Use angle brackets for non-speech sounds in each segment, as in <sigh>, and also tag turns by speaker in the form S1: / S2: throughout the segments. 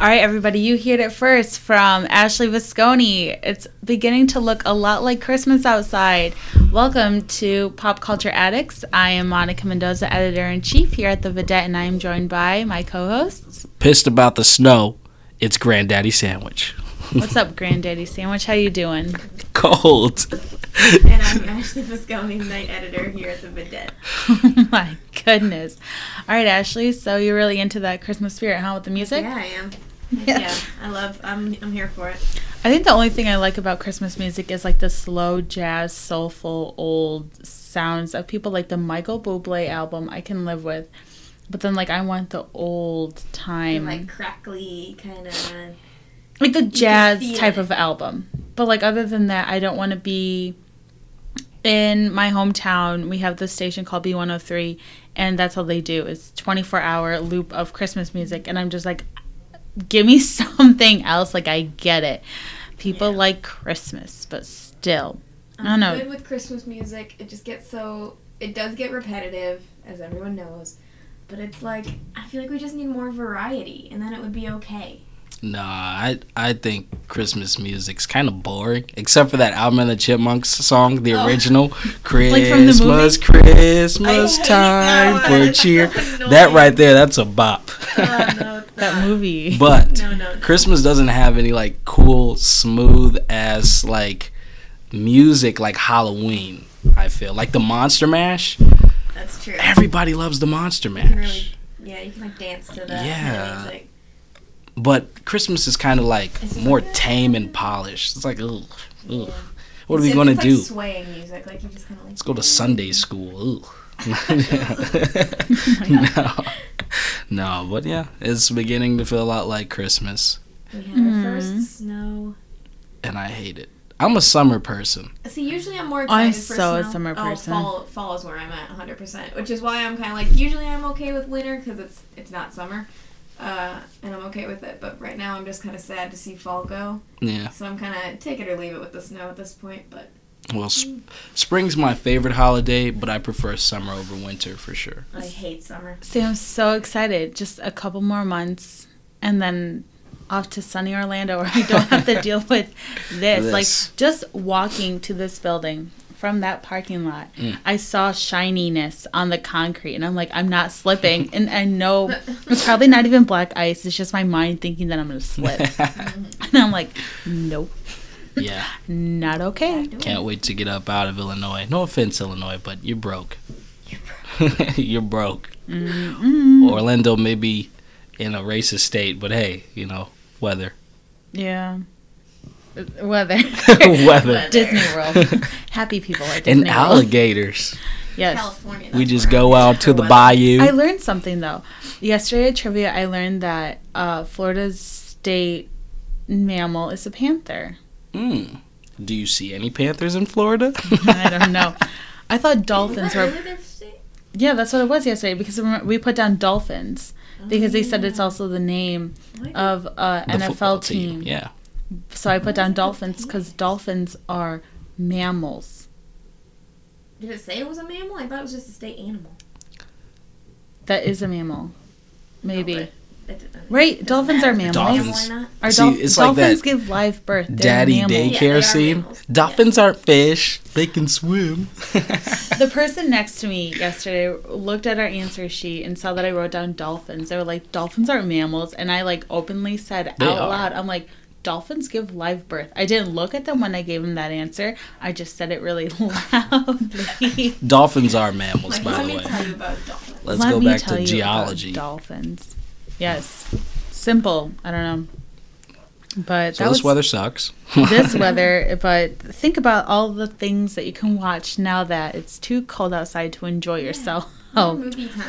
S1: All right, everybody, you heard it first from Ashley Visconi. It's beginning to look a lot like Christmas outside. Welcome to Pop Culture Addicts. I am Monica Mendoza, editor in chief here at The Vedette, and I am joined by my co hosts.
S2: Pissed about the snow, it's Granddaddy Sandwich. <laughs>
S1: What's up, Granddaddy Sandwich? How you doing? <laughs>
S2: Cold.
S3: And I'm Ashley Visconi, night editor here at the Vedette.
S1: Oh my goodness. All right, Ashley, so you're really into that Christmas spirit, huh, with the music?
S3: Yeah, I am.
S1: Yeah.
S3: Yeah. I love. I'm. I'm here for it.
S1: I think the only thing I like about Christmas music is like the slow jazz, soulful, old sounds of people like the Michael Bublé album I can live with. But then like I want the old time
S3: And like
S1: like,
S3: crackly kind of.
S1: the jazz
S3: feel
S1: type
S3: it.
S1: of album. But like other than that, I don't want to be in my hometown. We have this station called B103 and that's all they do is 24-hour loop of Christmas music and I'm just like give me <laughs> something else like I get it. People
S3: Yeah.
S1: like Christmas, but still
S3: I'm
S1: I know.
S3: Good with Christmas music. It just gets so. It does get repetitive, as everyone knows. But it's like I feel like we just need more variety, and then it would be okay.
S2: <laughs> Nah, I I think Christmas music's kind of boring, except for that Alvin and the Chipmunks song, the
S3: Oh. <laughs>
S2: original.
S1: Like from the
S2: Christmas,
S1: movie?
S2: Christmas
S3: I hate
S2: time
S3: that one.
S2: for cheer.
S3: So
S2: That
S3: annoying.
S2: right there, that's a bop.
S3: Oh, no,
S2: <laughs>
S3: it's
S1: that
S3: not.
S1: movie.
S2: But
S3: No, no.
S2: Christmas doesn't have any like cool, smooth ass like music like Halloween. I feel like the Monster Mash.
S3: That's true.
S2: Everybody loves the Monster
S3: You can
S2: Mash.
S3: really. Yeah, you can like dance to that.
S2: Yeah.
S3: Music.
S2: but Christmas is kind of like
S3: It's
S2: more
S3: like-
S2: tame and polished. It's like, ugh, ugh. what are
S3: It's-
S2: we
S3: it's
S2: gonna
S3: like
S2: do?
S3: Swaying music, like you just kind of like.
S2: Let's go to Sunday school.
S3: <laughs>
S2: Ugh. <laughs> no, no, but yeah, it's beginning to feel a lot like Christmas,
S3: We had our
S2: Mm.
S3: first snow.
S2: and I hate it. I'm a summer person.
S3: See, usually I'm more excited
S1: I'm
S3: for
S1: so a
S3: snow.
S1: summer person.
S3: Oh, fall, fall is where I'm at 100%, which is why I'm kind of like, usually I'm okay with winter because it's, it's not summer. Uh, and I'm okay with it, but right now I'm just kind of sad to see fall go.
S2: Yeah.
S3: So I'm kind of take it or leave it with the snow at this point. But
S2: Well, sp- spring's my favorite holiday, but I prefer summer over winter for sure.
S3: I hate summer.
S1: See, I'm so excited. Just a couple more months and then off to sunny Orlando where I don't have to deal with this.
S2: This.
S1: Like just walking to this building from that parking lot, I saw shininess on the concrete and I'm like, I'm not slipping. and I know it's probably not even black ice. It's just my mind thinking that I'm going to slip. and I'm like, nope,
S2: <laughs> yeah,
S1: not okay.
S2: can't wait to get up out of Illinois. No offense, Illinois, but you're broke. <laughs> you're broke.
S1: Mm-hmm.
S2: Orlando may be in a racist state, but hey, you know,
S1: <laughs>
S2: weather. <laughs>
S1: Yeah. Weather.
S2: weather.
S1: Disney
S2: <laughs>
S1: World. Happy people at Disney
S2: And
S1: World.
S2: alligators.
S1: Yes.
S3: California.
S2: We
S3: that's
S2: just
S3: where I'm
S2: go
S3: at
S2: out
S3: for
S2: to the
S3: weather.
S1: I
S2: bayou.
S1: learned something though. Yesterday at trivia, I learned that uh, Florida's state mammal is a panther.
S2: Mm. Do you see any panthers in Florida?
S1: <laughs> I don't know. I thought
S3: Is
S1: dolphins
S3: that
S1: were.
S3: really their state?
S1: Yeah, that's what it was yesterday because we- we put down dolphins because they said it's also the name
S3: What?
S1: of uh,
S2: <laughs> The football
S1: NFL team.
S2: Yeah.
S1: So I put down dolphins because dolphins are mammals.
S3: Did it say it was a mammal? I thought it was just a state animal. Oh,
S1: That is a mammal. Maybe.
S3: but- It didn't-
S1: right?
S3: doesn't
S1: Dolphins
S3: matter.
S1: are mammals.
S2: Dolphins.
S3: Why not?
S1: Are
S2: See,
S1: dolphins
S2: it's like that
S1: dolphins give live birth. They're
S2: Daddy
S1: mammals.
S3: Yeah,
S2: daycare
S3: they are
S2: scene.
S3: mammals. Yeah.
S2: Dolphins aren't fish. They can swim.
S1: The person next to me yesterday looked at our answer sheet and saw that I wrote down dolphins. They were like, dolphins aren't mammals. And I like openly said
S2: They
S1: out
S2: are.
S1: loud, I'm like, dolphins give live birth. I didn't look at them when I gave them that answer. I just said it really <laughs> loudly.
S2: <laughs> Dolphins are mammals,
S3: Like,
S2: by
S3: let
S2: the
S3: me
S2: way.
S3: tell you about dolphins.
S2: Let's
S1: Let
S2: go
S1: me
S2: back
S1: tell
S2: to
S1: you
S2: geology.
S1: about dolphins. Yes. Simple. I don't know. But
S2: So
S1: that
S2: this
S1: was
S2: weather sucks.
S1: <laughs> this weather, but think about all the things that you can watch now that it's too cold outside to enjoy yourself.
S3: Movie time.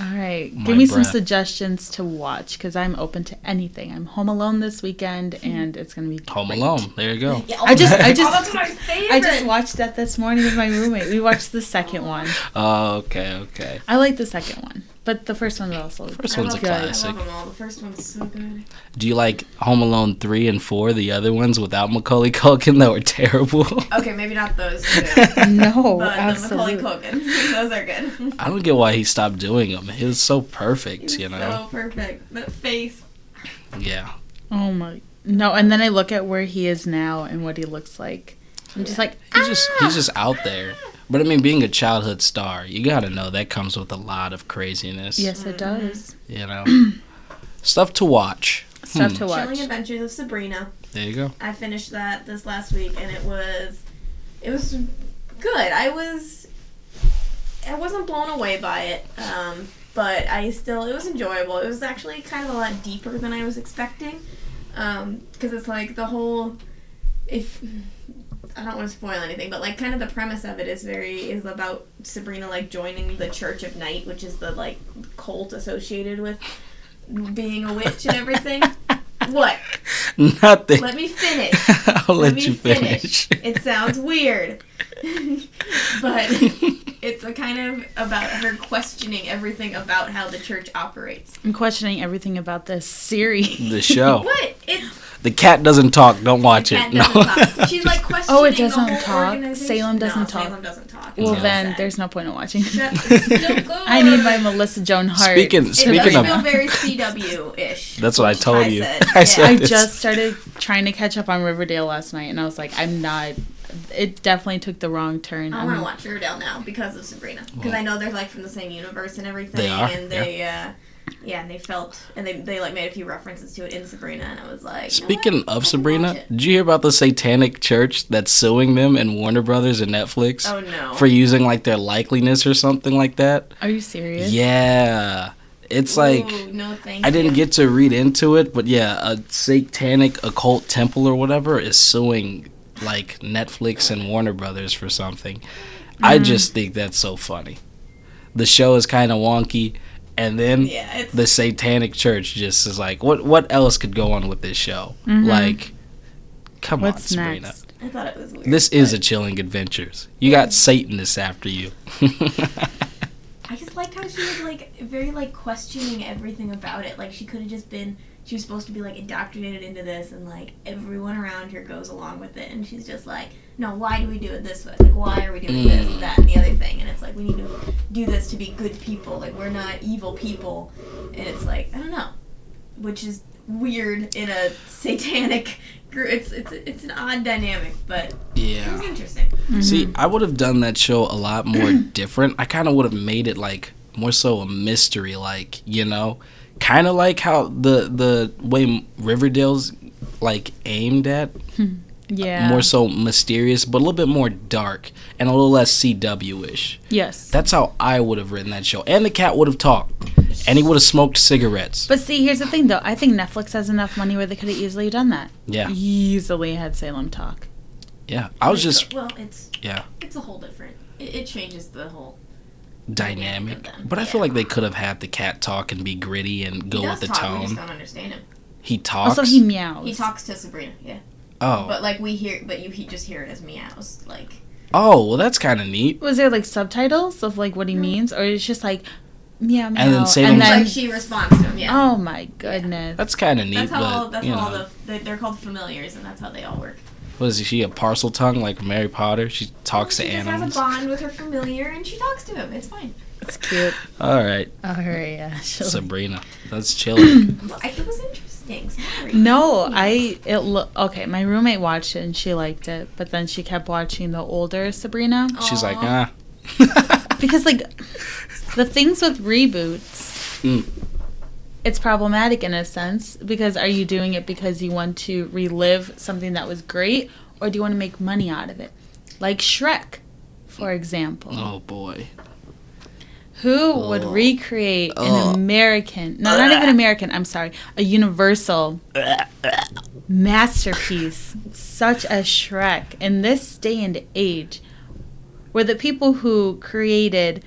S1: All right.
S2: My
S1: Give me some
S2: breath.
S1: suggestions to watch because I'm open to anything. I'm home alone this weekend and it's going to be
S2: <laughs> <laughs> Home
S1: great.
S2: Alone. There you go.
S3: Yeah,
S1: I just, I
S3: <laughs> Oh, that's
S1: just,
S3: my favorite.
S1: I just watched that this morning with my roommate. We watched the second one.
S2: Oh, okay, okay.
S1: I like the second one, but the first one's also
S2: First
S3: I
S2: one's a
S3: love- I
S2: classic.
S3: love them all. The first one's so good.
S2: Do you like Home Alone three and four? The other ones without Macaulay <laughs> Culkin that were terrible.
S3: Okay, maybe
S2: <laughs>
S3: not those
S1: <laughs>
S3: two,
S1: No,
S3: but uh, the Macaulay
S1: absolutely.
S3: Culkin. <laughs> Those are good.
S2: I don't get why he stopped doing them. He was so perfect,
S3: He's
S2: you know.
S3: so perfect. That face.
S2: Yeah.
S1: Oh my no! And then I look at where he is now and what he looks like. I'm just like "Ah!"
S2: He's just he's just out there. But I mean, being a childhood star, you gotta know that comes with a lot of craziness.
S1: yes, it
S3: Mm-hmm.
S1: does. <clears throat>
S2: You know, stuff to watch.
S1: Stuff
S2: Hmm.
S1: to watch.
S3: Chilling Adventures of Sabrina.
S2: There you go.
S3: I finished that this last week, and it was, it was good. I was, I wasn't blown away by it, um, but I still, it was enjoyable. It was actually kind of a lot deeper than I was expecting, because it's like the whole, if I don't want to spoil anything, but like kind of the premise of it is very is about Sabrina like joining the Church of Night, which is the like cult associated with being a witch and
S2: <laughs>
S3: everything. what?
S2: Nothing.
S3: Let me finish.
S2: <laughs> I'll let,
S3: me
S2: you finish. <laughs>
S3: It sounds weird. <laughs> but it's a kind of about her questioning everything about how the church operates.
S1: I'm questioning everything about this series.
S2: <laughs> the show.
S3: <laughs> What? It's
S2: The cat doesn't talk. Don't watch
S3: Kat
S2: it.
S3: doesn't
S2: no.
S3: talk. She's like questioning.
S1: Oh, it
S3: the
S1: doesn't
S3: whole
S1: talk?
S3: organization.
S1: Salem doesn't
S3: No,
S1: talk.
S3: Salem doesn't
S1: <laughs>
S3: talk.
S1: well,
S3: It's
S1: then
S3: sad. <laughs>
S1: there's no point in watching. <laughs>
S3: That- still good.
S1: I need my Melissa Joan Hart.
S2: Speaking-
S1: It
S3: It
S2: speaking
S3: does
S1: doesn't-
S2: of- <laughs>
S3: feel very CW
S2: <laughs>
S3: ish.
S2: That's what I told you.
S3: Said.
S2: <laughs> I
S3: yeah.
S2: said-
S1: I
S2: Yes.
S1: just started trying to catch up on Riverdale last night, and I was like, I'm not. It definitely took the wrong turn. Um,
S3: I
S1: I'm-
S3: want to watch Riverdale now because of Sabrina. Because I know they're like from the same universe and everything.
S2: They are,
S3: And they, uh, yeah, and they felt and they, they like made a few references to it in Sabrina, and I was like, you know what?
S2: Speaking
S3: I can
S2: of Sabrina,
S3: watch it.
S2: did you hear about the satanic church that's suing them and Warner Brothers and Netflix
S3: Oh no.
S2: for using like their likeliness or something like that?
S1: Are you serious?
S2: Yeah. It's like
S3: Ooh, no thank
S2: I didn't
S3: you.
S2: get to read into it, but yeah, a satanic occult temple or whatever is suing like Netflix and Warner Brothers for something. I
S3: Mm.
S2: just think that's so funny. The show is kind of wonky, and then
S3: Yeah, it's
S2: the satanic church just is like, what what else could go on with this show?
S1: Mhm.
S2: Like, come
S1: What's
S2: on, Sabrina. Uh,
S1: next?
S3: I thought it was weird.
S2: This is a
S3: but
S2: chilling adventures. You got Satanists after you. <laughs>
S3: I just liked how she was like very like questioning everything about it. Like she could have just been. She was supposed to be like indoctrinated into this, and like everyone around her goes along with it, and she's just like, "No, why do we do it this way? Like, why are we doing
S2: Mm.
S3: this, that, and the other thing?" And it's like we need to do this to be good people. Like we're not evil people, and it's like I don't know, which is weird in a satanic. group. It's it's it's an odd dynamic, but it
S2: yeah.
S3: was interesting.
S1: Mm-hmm.
S2: See, I would have done that show a lot more
S1: <clears throat>
S2: different. I kind of would have made it like more so a mystery, like you know, kind of like how the the way Riverdale's like aimed at,
S1: Yeah.
S2: more so mysterious, but a little bit more dark and a little less CW ish.
S1: yes.
S2: That's how I would have written that show, and the cat would have talked, and he would have smoked cigarettes.
S1: but see, here's the thing, though. I think Netflix has enough money where they could have easily done that.
S2: Yeah.
S1: Easily had Salem talk.
S2: Yeah, I was just
S3: well, it's
S2: Yeah.
S3: it's a whole different. It, it changes the whole.
S2: dynamic,
S3: them,
S2: but I
S3: yeah.
S2: feel like they could have had the cat talk and be gritty and go
S3: he
S2: with
S3: does
S2: the
S3: talk, We just
S2: tone.
S3: don't understand him.
S2: He talks.
S1: Also, he meows.
S3: Oh, He talks to Sabrina, yeah.
S2: oh,
S3: But like we hear, but you he just hear it as meows, like.
S2: oh, well, that's kind of neat.
S1: Was there like subtitles of like
S3: Mm.
S1: what he means, or it's just like meow meow?
S2: then Salem-
S1: and then
S3: like she responds to him, yeah.
S1: oh my goodness.
S2: That's kind of neat,
S3: That's how
S2: but
S3: all. That's
S2: you
S3: how all
S2: know,
S3: the. They, they're called familiars, and that's how they all work.
S2: what is she a parcel tongue like Mary Potter? She talks
S3: she
S2: to
S3: just
S2: animals.
S3: has a bond with her familiar, and she talks to him. It's fine.
S1: That's cute.
S2: All
S3: <laughs>
S2: right,
S1: Oh yeah. <laughs> she'll-
S2: Sabrina, that's chilling.
S3: Well, I, it was interesting. Sorry.
S1: No, I it look okay. My roommate watched it and she liked it, but then she kept watching the older Sabrina
S2: She's like,
S3: Aw.
S2: ah, <laughs>
S1: because like the things with reboots,
S2: Mm.
S1: it's problematic in a sense because are you doing it because you want to relive something that was great, or do you want to make money out of it, like Shrek, for example?
S2: oh boy,
S1: Who would
S2: Ugh.
S1: recreate
S2: Ugh.
S1: an American, no, not even American, I'm sorry, a universal masterpiece such as Shrek in this day and age where the people who created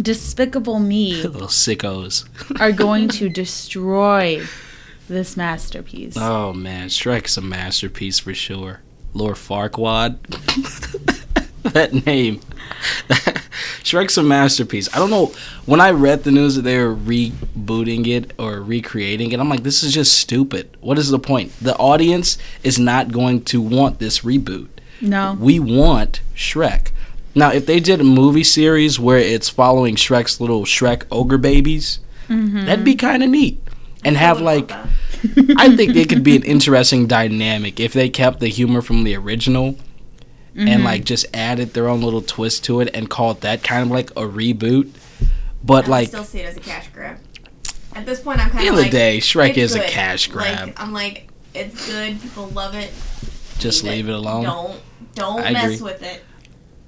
S1: Despicable
S2: <laughs>
S1: Me
S2: little sickos.
S1: are
S2: <laughs>
S1: going to destroy this masterpiece?
S2: Oh man, Shrek's a masterpiece for sure. Lord Farquaad. <laughs> that name. <laughs> Shrek's a masterpiece. I don't know. When I read the news that they were rebooting it or recreating it, I'm like, this is just stupid. What is the point? The audience is not going to want this reboot.
S1: no.
S2: We want Shrek. Now, if they did a movie series where it's following Shrek's little Shrek ogre babies, that'd be kind of neat. And have
S3: I would love
S2: like
S3: that.
S2: I think it could be an interesting dynamic if they kept the humor from the original
S3: Mm-hmm.
S2: and like just added their own little twist to it and called that kind of like a reboot. But
S3: I
S2: like
S3: still see it as a cash grab. At this point, I'm
S2: at
S3: kind
S2: the
S3: of
S2: end of
S3: like,
S2: the day, Shrek
S3: it's
S2: is a
S3: good.
S2: cash grab.
S3: Like, I'm like, it's good. People love it.
S2: just leave it, alone.
S3: Don't don't
S2: I
S3: mess
S2: agree.
S3: with it.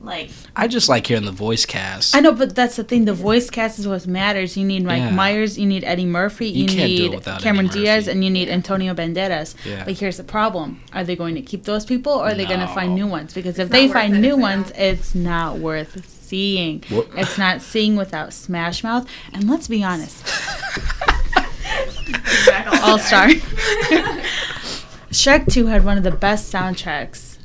S3: Like
S2: I just like hearing the voice cast.
S1: I know, but that's the thing. The voice cast is what matters. You need Mike
S2: Yeah.
S1: Myers, you need Eddie Murphy, you,
S2: You can't do it
S1: need
S2: without
S1: Cameron
S2: Eddie Murphy.
S1: Diaz, and you need Antonio Banderas.
S3: <laughs>
S2: Yeah.
S1: But here's the problem: Are they going to keep those people, or are they going to find
S2: No.
S1: new ones? Because if
S3: It's
S1: they
S3: not worth
S1: find
S3: it if
S1: new
S3: they
S1: ones,
S3: don't.
S1: it's not worth seeing.
S2: What-
S1: It's not seeing without Smash Mouth, and let's be
S3: <laughs>
S1: honest,
S2: <laughs>
S1: All Star. <laughs> Shrek Two had one of the best soundtracks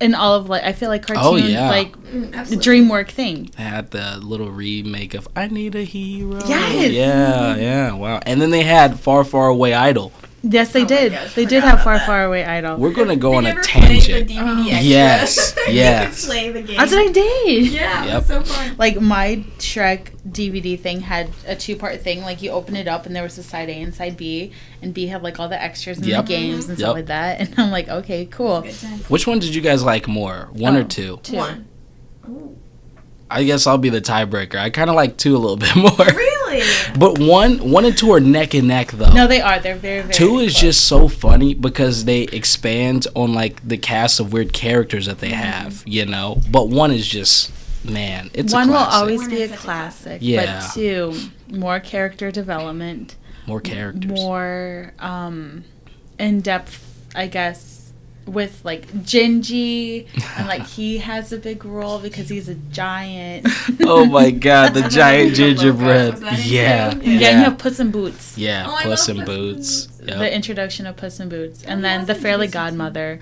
S1: in all of like I feel
S3: Oh,
S1: like cartoon
S2: yeah.
S1: like the
S3: the
S1: DreamWork thing.
S2: <laughs> They had the little remake of "I Need a Hero."
S1: Yes.
S2: Yeah, yeah, wow. And then they had "Far, Far Away Idol."
S1: Yes,
S3: Oh
S1: they
S3: my
S1: did.
S3: gosh,
S1: they did
S3: forgot
S1: have
S3: about
S1: Far,
S3: that.
S1: Far Away Idol.
S2: We're gonna go
S3: They
S2: on a
S3: never played
S2: tangent.
S3: The DVD extra.
S2: Yes,
S3: <laughs> They could
S2: yes.
S3: play the game.
S1: Oh. That's what I did.
S3: Yeah,
S2: Yep.
S3: it was so fun.
S1: Like my Shrek DVD thing had a two part thing. Like you open it up and there was a side A and side B, and B had like all the extras and
S2: Yep.
S1: the games and
S2: Yep.
S1: stuff like that. <laughs> And I'm like, okay, cool. <laughs>
S3: Good time.
S2: Which one did you guys like more, one or
S1: Oh.
S2: two?
S1: Two.
S3: One. Ooh.
S2: I guess I'll be the tiebreaker. I kind of like two a little <laughs> bit more,
S3: Really?
S2: but one, one and two are neck and neck though.
S1: No, they are. They're very very.
S2: Two is
S1: close.
S2: just so funny because they expand on like the cast of weird characters that they have, you know. But one is just man, it's
S1: one
S2: a
S1: will
S2: classic.
S1: always
S3: One
S1: be
S3: is
S1: a
S3: such a
S1: classic.
S3: classic.
S2: Yeah.
S1: But two, more character development,
S2: more characters.
S1: more um, in depth, I guess. With like Gingy,
S2: <laughs>
S1: and like he has a big role because he's a giant.
S2: oh
S1: <laughs>
S2: my god, the
S3: And then
S2: giant
S3: the logo.
S2: gingerbread.
S3: Was that it
S2: Yeah,
S3: too?
S2: yeah,
S1: Yeah,
S2: yeah.
S1: and you have Puss in Boots.
S3: Oh, I
S2: Puss
S3: love
S2: in
S3: Puss in
S2: Boots.
S3: Boots.
S2: Yep.
S1: The introduction of Puss in Boots,
S3: Oh,
S1: and then the
S3: that's
S1: Fairly
S3: interesting.
S1: Godmother.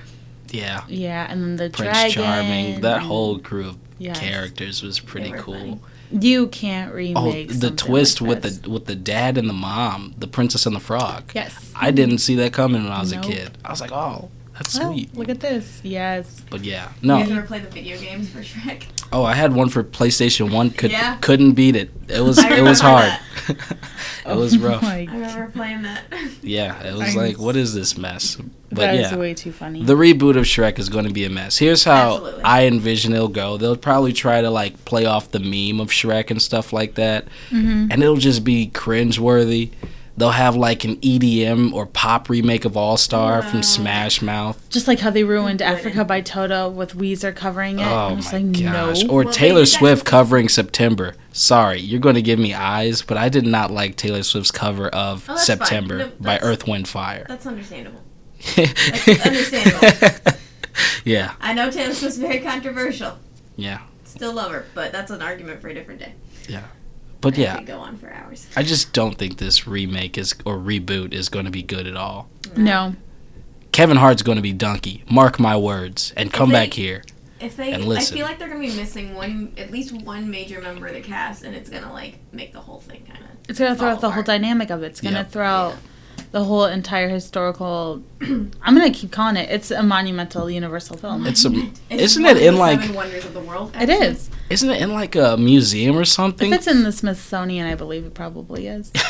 S2: yeah,
S1: Yeah, and then the
S2: Prince
S1: dragon.
S2: Charming. That
S1: and-
S2: whole crew of
S1: Yes.
S2: characters was pretty
S3: were
S2: cool.
S3: funny.
S1: You can't
S2: Oh,
S1: remake.
S2: the
S1: something
S2: twist
S1: like this.
S2: with the with the dad and the mom, the princess and the frog.
S1: yes.
S2: I didn't see that coming when I was
S1: Nope.
S2: a kid. I was like, oh, that's
S1: Oh,
S2: sweet.
S1: look at this. Yes.
S2: But yeah, no.
S3: You guys ever play the video games for Shrek? <laughs>
S2: Oh, I had one for PlayStation One. Could
S3: Yeah.
S2: couldn't beat it. It
S1: <laughs>
S2: was
S3: I
S2: it was hard.
S3: remember
S2: <laughs> it was rough.
S1: Oh My,
S3: I remember playing that. <laughs>
S2: Yeah, it was
S1: I'm
S2: like,
S1: s-
S2: what is this mess? But
S1: that is
S2: yeah,
S1: way too funny.
S2: the reboot of Shrek is going to be a mess. Here's how
S3: Absolutely.
S2: I envision it'll go. They'll probably try to like play off the meme of Shrek and stuff like that,
S1: Mhm.
S2: and it'll just be cringeworthy. They'll have like an EDM or pop remake of All Star
S3: Wow.
S2: from Smash Mouth.
S1: Just like how they ruined
S3: Wouldn't.
S1: Africa by Toto with Weezer covering it.
S2: Oh
S1: I'm just
S2: my
S1: like,
S2: gosh!
S1: no.
S2: Or
S3: Well,
S2: Taylor
S3: maybe that-
S2: Swift covering September. Sorry, you're going to give me eyes, but I did not like Taylor Swift's cover of
S3: Oh, that's fine.
S2: September
S3: No,
S2: by
S3: that's-
S2: Earth, Wind, Fire.
S3: That's understandable.
S2: That's
S3: understandable.
S2: <laughs> yeah,
S3: I know Taylor Swift's very controversial.
S2: Yeah.
S3: Still love her, but that's an argument for a different day.
S2: but
S3: I
S2: yeah,
S3: could go on for hours.
S2: I just don't think this remake is or reboot is going to be good at all.
S1: No.
S2: Kevin Hart's going to be donkey. Mark my words, and come
S3: they-
S2: back here.
S3: If they,
S2: And
S3: I
S2: listen.
S3: feel like they're gonna be missing one, at least one major member of the cast, and it's gonna like make the whole thing kind of.
S1: It's going to throw
S3: Fall
S1: out the whole
S3: apart.
S1: dynamic of it. It's going to
S2: Yep.
S1: throw out the whole entire historical. <clears throat> I'm going to keep calling it. It's a monumental Universal film.
S2: It's
S3: <laughs>
S2: a, Isn't
S3: one
S2: it
S3: of
S2: in,
S3: the
S2: like-
S3: Seven wonders of the world?
S1: It
S3: actually.
S1: is.
S2: isn't it in like a museum or
S1: If
S2: something?
S1: it's in the Smithsonian, I believe it probably is.
S2: <laughs>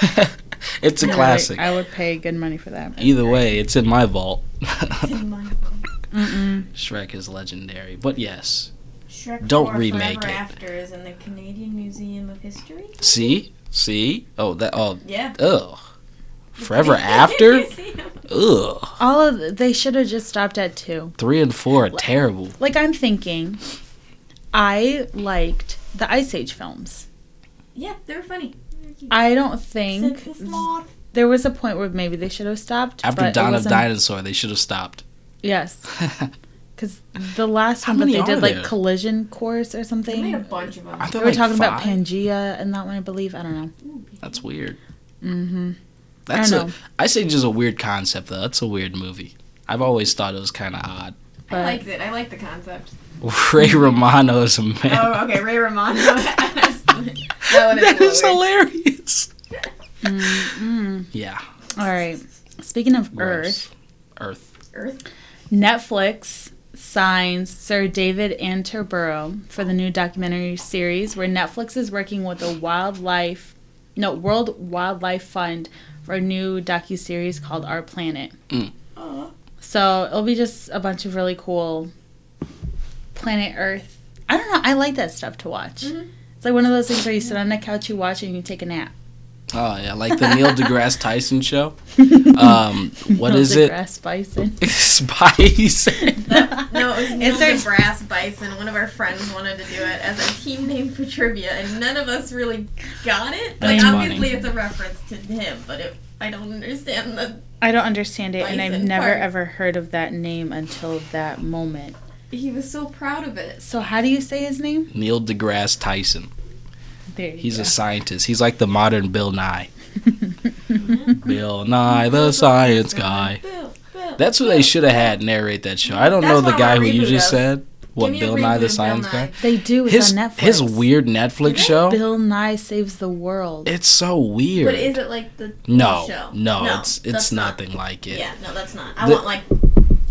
S2: It's a
S1: Like,
S2: classic.
S1: I would pay good money for that.
S2: Either way, it's in my vault.
S3: It's in my
S2: <laughs>
S3: book.
S1: Mm-mm.
S2: Shrek is legendary. But yes,
S3: Shrek
S2: Don't
S3: Four
S2: remake
S3: Forever
S2: it.
S3: After is in the Canadian Museum of History.
S2: see, see. Oh, that. Oh,
S3: Yeah.
S2: ugh. Forever
S3: <laughs>
S2: after. Ugh.
S1: All of they should have just stopped at two.
S2: Three and four are terrible.
S1: Like I'm thinking, I liked the Ice Age films.
S3: yeah, they were funny.
S1: I don't
S3: Since
S1: think
S3: the sloth.
S1: there was a point where maybe they should have stopped.
S2: After
S1: but it
S2: Dawn of
S1: wasn't-
S2: Dinosaur, they should have stopped. <laughs>
S1: Yes, because the last
S2: How
S1: one that
S2: many
S1: they
S2: are
S1: did like
S2: there?
S1: Collision Course or
S3: They
S1: something.
S3: made a
S1: They
S3: bunch of them.
S2: I thought
S1: were
S2: like
S1: talking about
S2: five?
S1: Pangea and that one, I believe. I don't know.
S2: That's weird.
S1: Mm-hmm.
S2: That's
S1: I
S2: a.
S1: don't know.
S2: I say just a weird concept though. That's a weird movie. I've always thought it was kind of odd. <laughs>
S3: I liked it. I liked the concept.
S2: Ray Romano is a man.
S3: Oh, okay, Ray
S2: <laughs>
S3: Romano.
S1: <laughs>
S3: that one is,
S2: that is
S3: a little weird.
S2: hilarious.
S1: Mm-mm.
S2: Yeah.
S1: All right. Speaking of Earth,
S2: gross. Earth.
S3: Earth.
S1: Netflix signs Sir David Attenborough for the new documentary series, where Netflix is working with a wildlife no World Wildlife Fund for a new docu series called Our Planet.
S3: Aw.
S1: So it'll be just a bunch of really cool planet Earth. I don't know. I like that stuff to watch.
S3: Mhm.
S1: It's like one of those things where you sit on the couch, you watch, it, and you take a nap.
S2: Oh yeah, like the Neil deGrasse Tyson show. Um,
S1: <laughs>
S2: what
S1: Neil
S2: is it?
S1: deGrasse Bison.
S2: <laughs> Spice.
S3: No,
S1: <laughs>
S3: it was Neil
S1: It's our-
S3: deGrasse Bison. One of our friends wanted to do it as a team name for trivia, and none of us really got it. Like,
S2: That's
S3: obviously,
S2: funny.
S3: it's a reference to him, but it, I don't understand the.
S1: I don't understand it, and I've
S3: Bison
S1: never
S3: part.
S1: ever heard of that name until that moment.
S3: He was so proud of it.
S1: So how do you say his name?
S2: Neil deGrasse Tyson.
S1: There you
S2: He's
S1: go.
S2: a scientist. He's like the modern Bill
S3: <laughs>
S2: Nye. Bill Nye, the science guy.
S3: Bill, Bill.
S2: That's who they should have had narrate that show. I don't
S3: That's
S2: know the
S3: why
S2: guy
S3: we're
S2: who you
S3: reboot
S2: just
S3: us.
S2: said. What
S3: Give me a
S2: Bill
S3: reboot
S2: Nye
S3: of
S2: the
S3: Bill
S2: Science
S3: Nye.
S2: Guy?
S1: They do. It's
S2: His
S1: on Netflix.
S2: his weird Netflix
S3: Is it?
S2: show.
S1: Bill Nye saves the world.
S2: It's so weird.
S3: But is it like the
S2: no,
S3: show?
S2: no, it's it's
S3: that's
S2: nothing like it.
S3: Yeah, no, that's not. I
S2: The-
S3: want like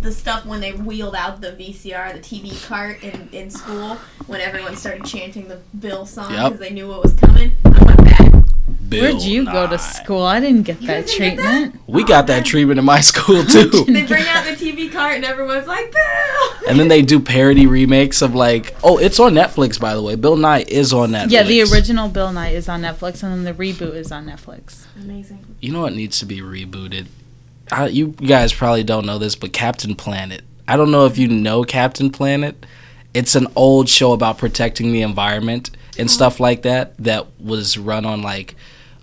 S3: the stuff when they wheeled out the VCR, the TV cart in, in school, when everyone started chanting the Bill song
S2: Yep.
S3: because they knew what was coming. I want that.
S2: Bill
S1: Where'd you go
S2: Nye.
S1: to school? I didn't get
S3: You
S1: that
S3: guys didn't get that?
S1: treatment.
S2: We got that treatment in my <laughs> school too.
S3: They bring out the TV cart and everyone's like Bill.
S2: And then they do parody remakes of like, oh, it's on Netflix by the way. Bill Nye is on Netflix.
S1: Yeah, the original Bill Nye is on Netflix, and then the reboot is on Netflix.
S3: Amazing.
S2: You know what needs to be rebooted? I, you guys probably don't know this, but Captain Planet. I don't know if you know Captain Planet. It's an old show about protecting the environment and stuff like that that was run on like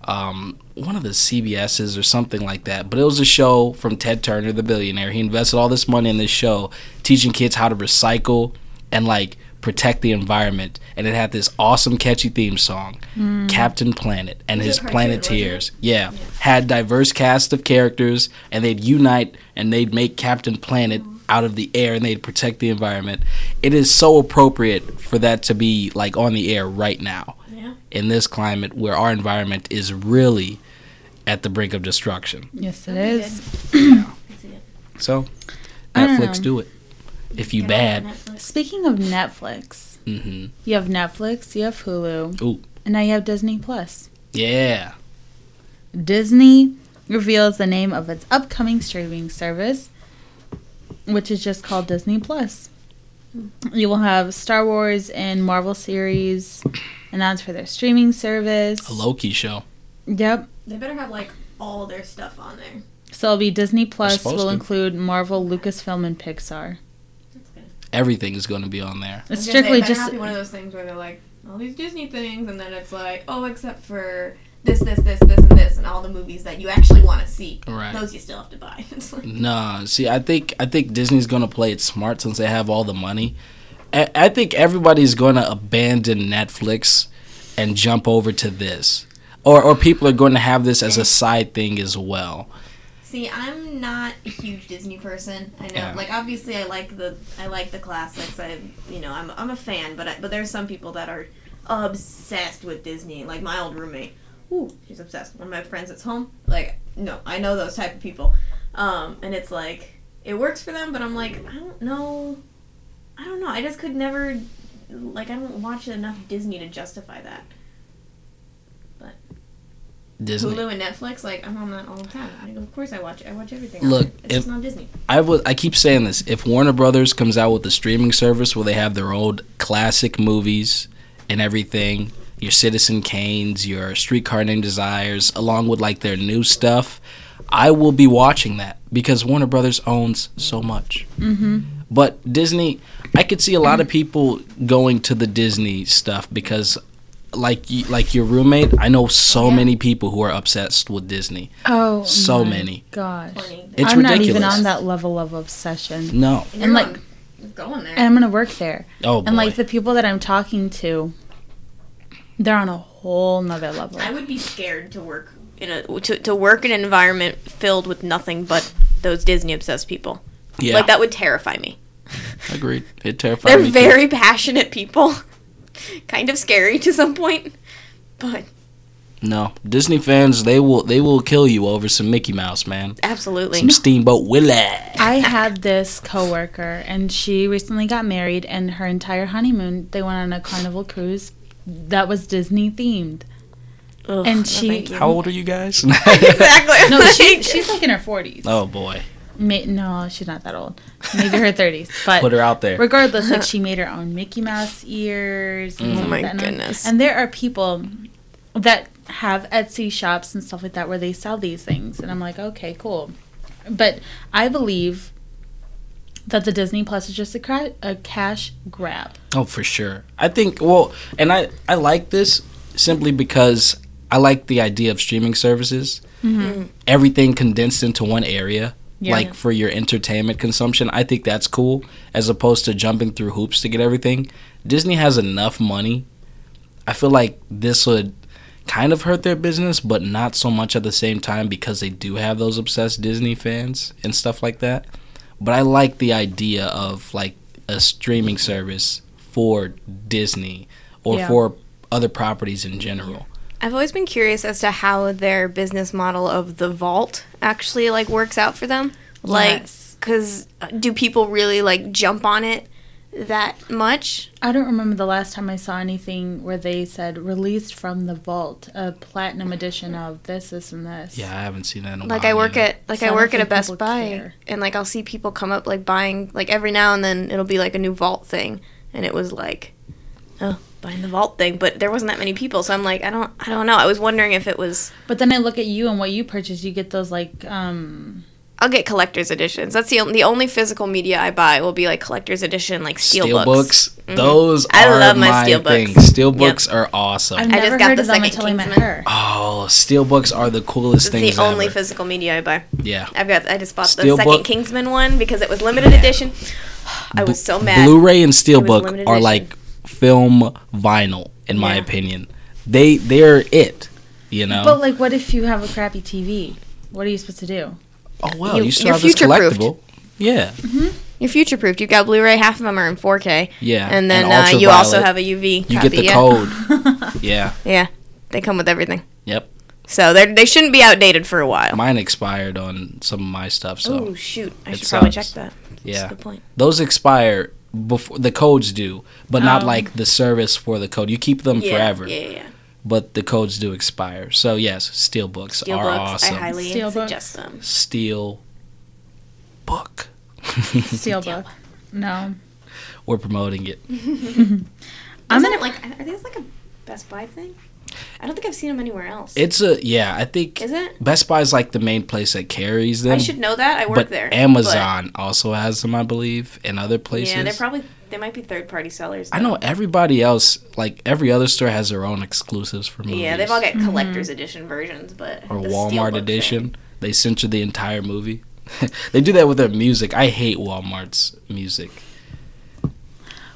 S2: um, one of the CBSs or something like that. But it was a show from Ted Turner, the billionaire. He invested all this money in this show, teaching kids how to recycle and like protect the environment. And it had this awesome, catchy theme song, Captain Planet, and
S3: It was
S2: his
S3: a cartoon, wasn't it?
S2: Planeteers. Yeah, had diverse cast of characters, and they'd unite and they'd make Captain Planet out of the air and they'd protect the environment. It is so appropriate for that to be like on the air right now
S3: Yeah.
S2: in this climate where our environment is really at the brink of destruction.
S1: Yes, it
S3: That'd be
S1: is.
S3: I see it.
S2: So,
S1: I don't
S2: Netflix,
S1: know.
S2: do it if you
S3: Hmm. Get
S2: bad.
S3: on Netflix.
S1: Speaking of Netflix,
S2: hmm
S1: you have Netflix, you have Hulu,
S2: Ooh.
S1: and now you have Disney Plus.
S2: Yeah,
S1: Disney reveals the name of its upcoming streaming service, which is just called Disney Plus. You will have Star Wars and Marvel series announced for their streaming service.
S2: a Loki show.
S1: Yep.
S3: They better have like all their stuff on there.
S1: So it'll be Disney Plus
S2: supposed
S1: will
S2: to.
S1: include Marvel, Lucasfilm, and Pixar.
S3: That's good.
S2: Everything is going to be on there.
S3: I
S1: It's
S3: was gonna say,
S1: strictly
S3: it better
S1: just
S3: not be one of those things where they're like all these Disney things, and then it's like oh, except for this, this, this, this, and this, and all the movies that you actually want to see.
S2: Right.
S3: Those you still have to buy. <laughs> It's like,
S2: Nah, see, I think I think Disney's gonna play it smart since they have all the money. I, I think everybody's gonna abandon Netflix and jump over to this, or or people are going to have this as a side thing as well.
S3: see, I'm not a huge Disney person. I know,
S2: Yeah.
S3: like obviously, I like the I like the classics. I you know I'm I'm a fan, but I, but there's some people that are obsessed with Disney. Like my old roommate, ooh, she's obsessed. One of my friends that's home, like no, I know those type of people, um, and it's like it works for them, but I'm like I don't know. I don't know. I just could never, like, I don't watch enough Disney to justify that.
S2: Disney.
S3: Hulu and Netflix, like, I'm on that all the time. I, of course, I watch. I watch everything.
S2: Look,
S3: on there. it's just
S2: if-
S3: not Disney.
S2: I was I keep saying this. If Warner Brothers comes out with a streaming service where they have their old classic movies and everything, your Citizen Kanes, your Streetcar Named Desires, along with like their new stuff, I will be watching that because Warner Brothers owns so much.
S1: Mhm.
S2: But Disney, I could see a lot of people going to the Disney stuff because. Like you, like your roommate, I know so
S3: Yeah.
S2: many people who are obsessed with Disney.
S1: oh
S2: So
S1: my
S2: many.
S1: Gosh,
S3: Funny.
S2: It's
S1: I'm not even
S2: ridiculous.
S1: on that level of obsession.
S2: No,
S1: and,
S3: And, you're
S1: like-
S3: on- going there.
S1: And I'm gonna work there,
S2: oh boy,
S1: and like the people that I'm talking to, they're on a whole nother level.
S3: I would be scared to work in a to, to work in an environment filled with nothing but those Disney obsessed people.
S2: yeah,
S3: Like that would terrify me.
S2: agreed. It terrified
S3: They're
S2: me. too.
S3: very <laughs> passionate people. <laughs> kind of scary to some point. But
S2: No, Disney fans, they will they will kill you over some Mickey Mouse, man.
S3: absolutely.
S2: Some Steamboat Willie.
S1: I had this coworker, and she recently got married, and her entire honeymoon they went on a carnival cruise that was Disney themed.
S4: Ugh,
S1: And
S4: no,
S1: she-
S4: thank you.
S2: How old are you guys?
S4: exactly.
S1: No,
S4: <laughs>
S1: she, she's like in her 40s.
S2: <laughs> oh boy,
S1: Ma- no, she's not that old. Maybe her 30s. <laughs> But
S2: put her out there.
S1: regardless, like she made her own Mickey Mouse ears. and
S2: Oh
S1: stuff like
S4: my
S1: that. And, um,
S4: goodness.
S1: And there are people that have Etsy shops and stuff like that where they sell these things, and I'm like, okay, cool. But I believe that the Disney Plus is just a, cra- a cash grab.
S2: Oh, for sure. I think well, and I I like this simply because I like the idea of streaming services. Mm-hmm. Everything condensed into one area,
S1: Yeah.
S2: like for your entertainment consumption. I think that's cool, as opposed to jumping through hoops to get everything. Disney has enough money. I feel like this would kind of hurt their business, but not so much at the same time because they do have those obsessed Disney fans and stuff like that. But I like the idea of like a streaming service for Disney or
S1: Yeah.
S2: for other properties in general.
S3: I've always been curious as to how their business model of the vault actually like works out for them. Like,
S1: Yes.
S3: because do people really like jump on it that much?
S1: I don't remember the last time I saw anything where they said released from the vault, a platinum edition of this, this, and this.
S2: Yeah, I haven't seen that in a while.
S3: Like I work
S2: either.
S3: at like
S1: So I
S3: I
S1: don't
S3: work at a
S1: think
S3: Best
S1: people
S3: Buy,
S1: care.
S3: and like I'll see people come up like buying like every now and then it'll be like a new vault thing, and it was like, oh, buying the vault thing, but there wasn't that many people, so I'm like, I don't, I don't know. I was wondering if it was.
S1: But then I look at you and what you purchase. You get those like um,
S3: I'll get collector's editions. That's the only, the only physical media I buy will be like collector's edition, like steel,
S2: Steelbooks.
S3: books.
S2: Those
S3: Mm-hmm. I
S2: are
S3: love my
S2: my
S3: Steelbooks.
S2: thing. Steelbooks are awesome.
S1: I've
S3: just
S1: never
S3: got
S1: heard
S3: the
S1: of them
S3: second
S1: until I met
S3: Kingsman.
S1: her.
S2: oh, steelbooks are the coolest
S3: It's
S2: things
S3: the only
S2: ever.
S3: physical media I buy.
S2: yeah.
S3: I've got. I just bought the
S2: Steelbook.
S3: second Kingsman one because it was limited edition. <sighs> I was so mad.
S2: Blu-ray and
S3: limited
S2: Steelbook are
S3: edition.
S2: like film vinyl, in my
S3: Yeah.
S2: opinion. They they're it, you know.
S1: But like, what if you have a crappy TV? What are you supposed to do?
S2: oh well,
S3: you-
S2: you, still
S3: you're
S2: have this
S3: future-proofed.
S2: collectible. Yeah,
S3: You're future proofed. You've got Blu-ray. Half of them are in 4K.
S2: yeah.
S3: And then uh, you also
S2: ultraviolet.
S3: have a UV.
S2: you
S3: copy.
S2: get the
S3: yeah.
S2: code.
S3: <laughs>
S2: yeah,
S3: Yeah, they come with everything.
S2: yep.
S3: So they they shouldn't be outdated for a while.
S2: Mine expired on some of my stuff, so
S3: Oh shoot! I
S2: It
S3: should probably check
S2: sucks.
S3: that. That's
S2: Yeah.
S3: a good point.
S2: those expire before the codes do, but not
S1: Um.
S2: like the service for the code. You keep them
S3: Yeah,
S2: forever,
S3: Yeah, yeah. yeah.
S2: but the codes do expire. So yes, Steelbooks
S3: Steel
S2: are
S3: books.
S2: awesome.
S3: I highly
S1: Steel books.
S3: suggest them.
S2: Steel book.
S1: Steelbook. No,
S2: <laughs> We're promoting it.
S1: I'm
S3: Isn't
S1: gonna.
S3: it like are these like a Best Buy thing? I don't think I've seen them anywhere else.
S2: It's a yeah. I think
S3: Is it?
S2: Best Buy is like the main place that carries them.
S3: I should know that. I work
S2: but
S3: there.
S2: Amazon also has them, I believe, and other places.
S3: Yeah, they're probably they might be third party sellers.
S2: I know everybody else, like every other store, has their own exclusives for movies.
S3: Yeah, they've all got collector's edition versions, but
S2: or
S3: the
S2: Walmart
S3: Steelbook
S2: edition. They censor the entire movie. <laughs> they do that with their music. I hate Walmart's music.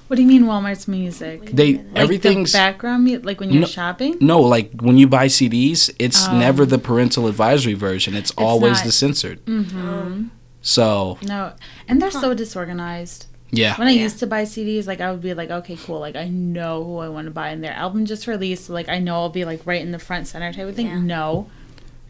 S1: What do you mean Walmart's music? Like
S2: They
S3: Like
S1: the
S2: everything's
S1: background music, like when you're
S2: No.
S1: shopping.
S2: no like when you buy CDs, it's
S1: Um,
S2: never the parental advisory version. It's, always
S1: not.
S2: the censored.
S1: Mm-hmm.
S2: So
S1: No, and they're so disorganized.
S2: yeah,
S1: When I
S3: Yeah.
S1: used to buy CDs, like I would be like, okay, cool, like I know who I want to buy, and their album just released, so like I know I'll be like right in the front center type of thing.
S3: Yeah.
S1: No,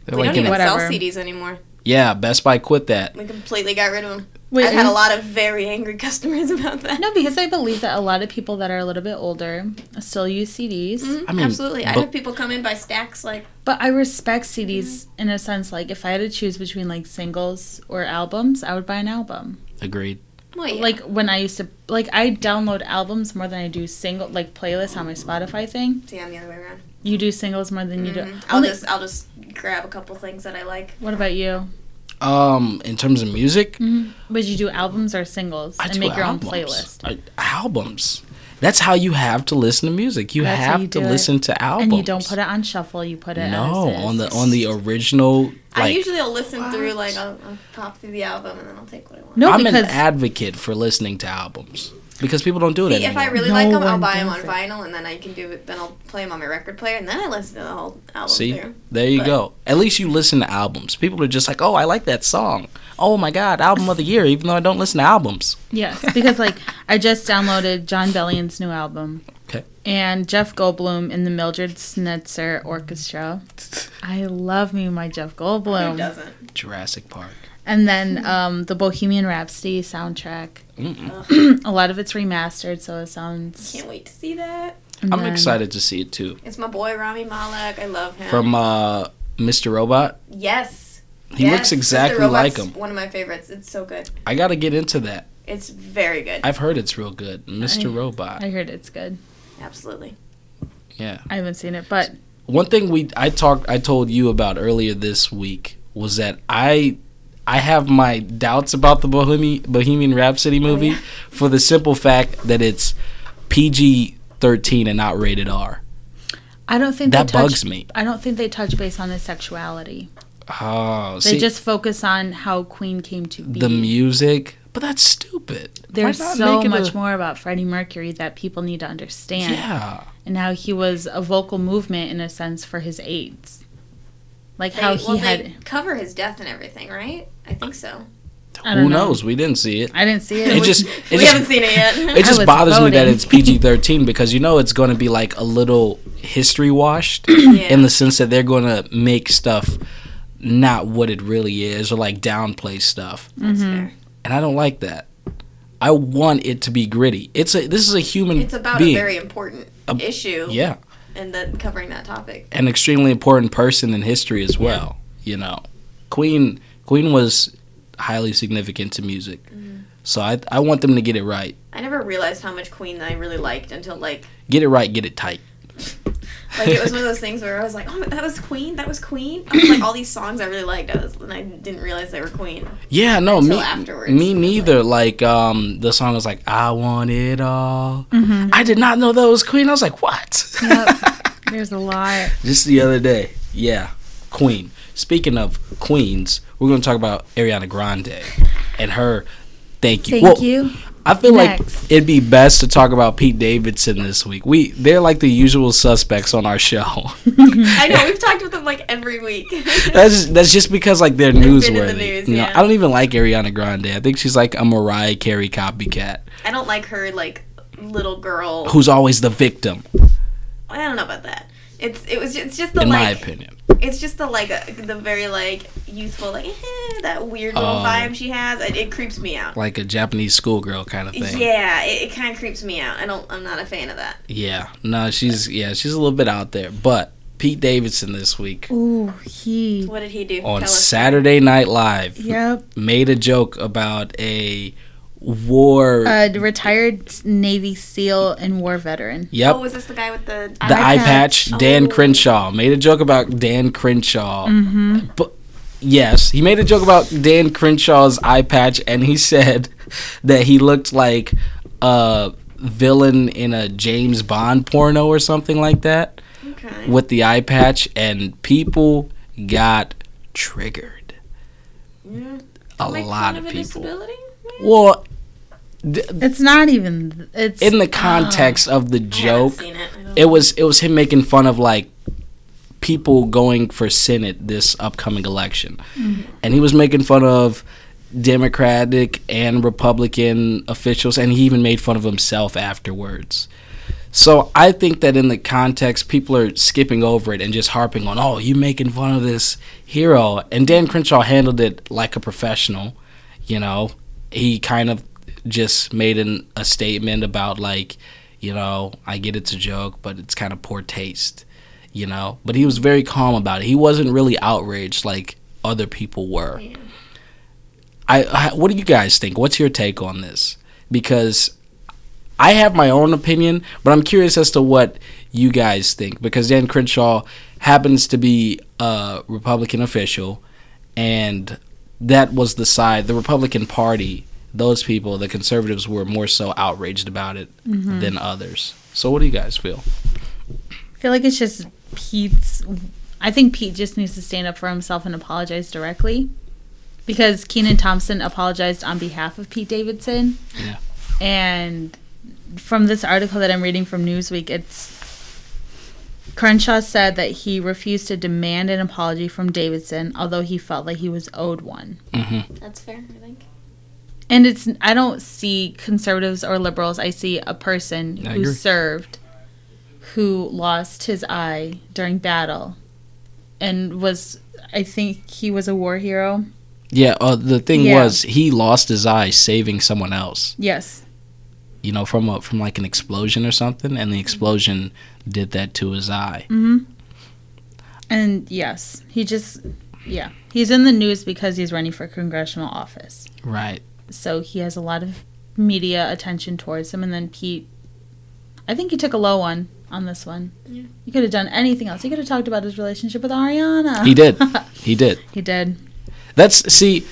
S2: They're
S3: thing. We
S2: like
S3: don't
S2: in
S3: even
S2: a-
S1: whatever.
S3: sell CDs anymore.
S2: yeah. Best Buy quit that.
S3: We completely got rid of them.
S1: Wait,
S3: I've had a
S1: who's-
S3: lot of very angry <laughs> customers about that.
S1: no, because I believe that a lot of people that are a little bit older still use CDs.
S3: Mhm,
S2: I mean,
S3: absolutely. I
S2: but-
S3: have people come in by stacks like
S1: But I respect CDs
S3: Mm-hmm.
S1: in a sense. Like, if I had to choose between like singles or albums, I would buy an album.
S2: Agreed.
S3: well, yeah.
S1: Like when I used to, like I download albums more than I do single, like playlists on my Spotify thing.
S3: see I'm the other way around.
S1: You do singles more than you do.
S3: Mhm. I'll
S1: Only-
S3: just I'll just grab a couple things that I like.
S1: what about you?
S2: Um, in terms of music,
S1: Would you do albums or singles
S2: I
S1: and
S2: do
S1: Mm-hmm. make your
S2: albums.
S1: own playlist?
S2: I- albums. That's how you have to listen to music. You
S1: That's how
S2: have
S1: you
S2: to
S1: do it.
S2: listen to albums.
S1: And you don't put it on shuffle. You put it
S2: No,
S1: as is.
S2: on the on the original.
S3: I
S2: Like,
S3: usually will listen through
S2: What?
S3: like I'll, I'll pop through the album and then I'll take what I want.
S1: no
S2: I'm an
S1: because
S2: advocate for listening to albums because people don't do it
S3: See, if
S2: anymore.
S3: I really
S1: No
S3: like 'em, like them, I'll
S1: one
S3: buy them on
S1: does it.
S3: vinyl, and then I can do it. Then I'll play them on my record player, and then I listen to the whole album
S2: See,
S3: through.
S2: there you
S3: But-
S2: go. At least you listen to albums. People are just like, oh, I like that song. Oh my god, album of the year. Even though I don't listen to albums.
S1: Yes, <laughs> because like I just downloaded John Bellion's new album.
S2: Okay.
S1: And Jeff Goldblum in the Mildred Snitzer Orchestra. I love me my Jeff
S3: Who
S1: Goldblum.
S3: doesn't?
S2: Jurassic Park.
S1: And then um, the Bohemian Rhapsody soundtrack.
S2: Mm-mm.
S1: A lot of it's remastered, so it sounds.
S3: Can't wait to see that.
S1: And
S2: I'm
S1: then-
S2: excited to see it too.
S3: It's my boy Rami Malek. I love him.
S2: From uh, Mr. Robot,
S3: yes.
S2: he
S3: Yes,
S2: looks
S3: Mr.
S2: exactly like
S3: Robot's
S2: him.
S3: One of my favorites. It's so good.
S2: I gotta get into that.
S3: It's very good.
S2: I've heard it's real good, Mr.
S1: I-
S2: Robot.
S1: I heard it's good.
S3: Absolutely.
S2: yeah.
S1: I haven't seen it, but
S2: One thing we I talked I told you about earlier this week was that I I have my doubts about the Bohemian Bohemian
S1: Oh,
S2: Rhapsody movie
S3: yeah.
S2: for the simple fact that it's PG thirteen and not rated R.
S1: I don't think
S2: That
S1: they touch,
S2: bugs me.
S1: I don't think they touch base on his sexuality.
S2: Oh,
S1: They
S2: see
S1: just focus on how Queen came to be.
S2: the music, but that's stupid. Why
S1: There's
S2: not
S1: so
S2: make it
S1: much
S2: a-
S1: more about Freddie Mercury that people need to understand,
S2: Yeah,
S1: and how he was a vocal movement in a sense for his AIDS, like
S3: They,
S1: how he
S3: well,
S1: had.
S3: they cover his death and everything, right? I think so.
S1: I
S2: who
S1: don't know.
S2: knows? We didn't see it.
S1: I didn't see it. <laughs>
S2: It just it
S3: we
S2: just
S3: haven't seen it yet.
S2: <laughs> It
S1: I
S2: just
S1: was
S2: bothers me that
S1: voting.
S2: it's PG 13 because you know it's going to be like a little history washed in the sense that they're going to make stuff not what it really is or like downplay stuff.
S3: That's fair.
S2: And I don't like that. I want it to be gritty. It's a this is a human
S3: It's about
S2: being.
S3: a very important
S2: A-
S3: issue.
S2: yeah,
S3: And then covering that topic.
S2: an extremely important person in history as well, you know. Queen Queen was highly significant to music.
S3: Mm-hmm.
S2: So I I want them to get it right.
S3: I never realized how much Queen I really liked until like
S2: Get it right, get it tight.
S3: like it was one of those things where I was like, oh, that was Queen, that was Queen. I was like all these songs I really liked, I was, and I didn't realize they were Queen.
S2: Yeah, no,
S3: until
S2: me,
S3: afterwards.
S2: me neither. Like, um, the song was like, "I want it all." I did not know that was Queen. I was like, "What?"
S1: There's a lot.
S2: Just the other day, yeah, Queen. Speaking of queens, we're gonna talk about Ariana Grande and her. Thank you.
S1: Thank
S2: Well,
S1: you.
S2: I feel
S1: Next.
S2: like it'd be best to talk about Pete Davidson this week. We they're like the usual suspects on our show. <laughs>
S3: I know we've talked with them like every week. <laughs>
S2: that's just, that's just because like they're
S3: been in
S2: newsworthy.
S3: the news,
S2: you know,
S3: yeah.
S2: I don't even like Ariana Grande. I think she's like a Mariah Carey copycat.
S3: I don't like her like little girl.
S2: who's always the victim,
S3: I don't know about that. It's it was it's just the
S2: in my
S3: like
S2: opinion.
S3: it's just the like uh, the very like youthful like eh, that weird little
S2: Oh.
S3: vibe she has. It, it creeps me out.
S2: Like a Japanese schoolgirl kind of thing.
S3: Yeah, it, it kind of creeps me out. I don't. I'm not a fan of that.
S2: Yeah. No, she's yeah, she's a little bit out there. But Pete Davidson this week
S1: Ooh, he.
S3: What did he do?
S2: on
S3: Tell us.
S2: Saturday Night Live
S1: Yep.
S2: made a joke about a war.
S3: Uh,
S1: A retired Navy SEAL and war veteran.
S2: yep.
S3: Oh, was this the guy with the?
S2: the eye
S1: eye
S2: patch,
S3: patch.
S2: Dan
S3: Oh.
S2: Crenshaw made a joke about Dan Crenshaw.
S3: Mm-hmm.
S2: But yes, he made a joke about Dan Crenshaw's eye patch, and he <laughs> said that he looked like a villain in a James Bond porno or something like that
S3: okay.
S2: with the eye patch, and people got triggered.
S3: Yeah.
S2: A
S3: Make fun
S2: lot of
S3: a
S2: people.
S3: disability? Yeah.
S2: Well, th-
S1: It's not even. It's
S2: in the context of the
S3: I haven't
S2: joke,
S3: seen it. I don't-
S2: it was it was him making fun of like people going for senate this upcoming election and he was making fun of democratic and republican officials and he even made fun of himself afterwards so i think that in the context people are skipping over it and just harping on oh you making fun of this hero and dan crenshaw handled it like a professional you know he kind of just made an, a statement about like you know i get it's a joke but it's kind of poor taste you know but he was very calm about it he wasn't really outraged like other people were
S3: Yeah.
S2: I, I what do you guys think what's your take on this because i have my own opinion but i'm curious as to what you guys think because dan crenshaw happens to be a republican official and that was the side the republican party those people the conservatives were more so outraged about it than others so what do you guys feel
S1: I feel like it's just Pete's. I think Pete just needs to stand up for himself and apologize directly, because Keenan Thompson apologized on behalf of Pete Davidson.
S2: Yeah.
S1: And from this article that I'm reading from Newsweek, it's Crenshaw said that he refused to demand an apology from Davidson, although he felt like he was owed one.
S2: Mm-hmm.
S3: That's fair, I think.
S1: And it's I don't see conservatives or liberals. I see a person
S2: I
S1: who
S2: agree.
S1: served, who lost his eye during battle, and was I think he was a war hero.
S2: yeah uh, the thing
S1: Yeah.
S2: was he lost his eye saving someone else
S1: Yes,
S2: you know, from a, from like an explosion or something, and the explosion did that to his eye.
S1: hmm And yes, he just, yeah, he's in the news because he's running for congressional office.
S2: Right.
S1: So he has a lot of media attention towards him. And then Pete, I think he took a low one on this one.
S3: Yeah.
S1: He could have done anything else. He could have talked about his relationship with Ariana.
S2: He did. He did.
S1: <laughs> he did.
S2: That's see,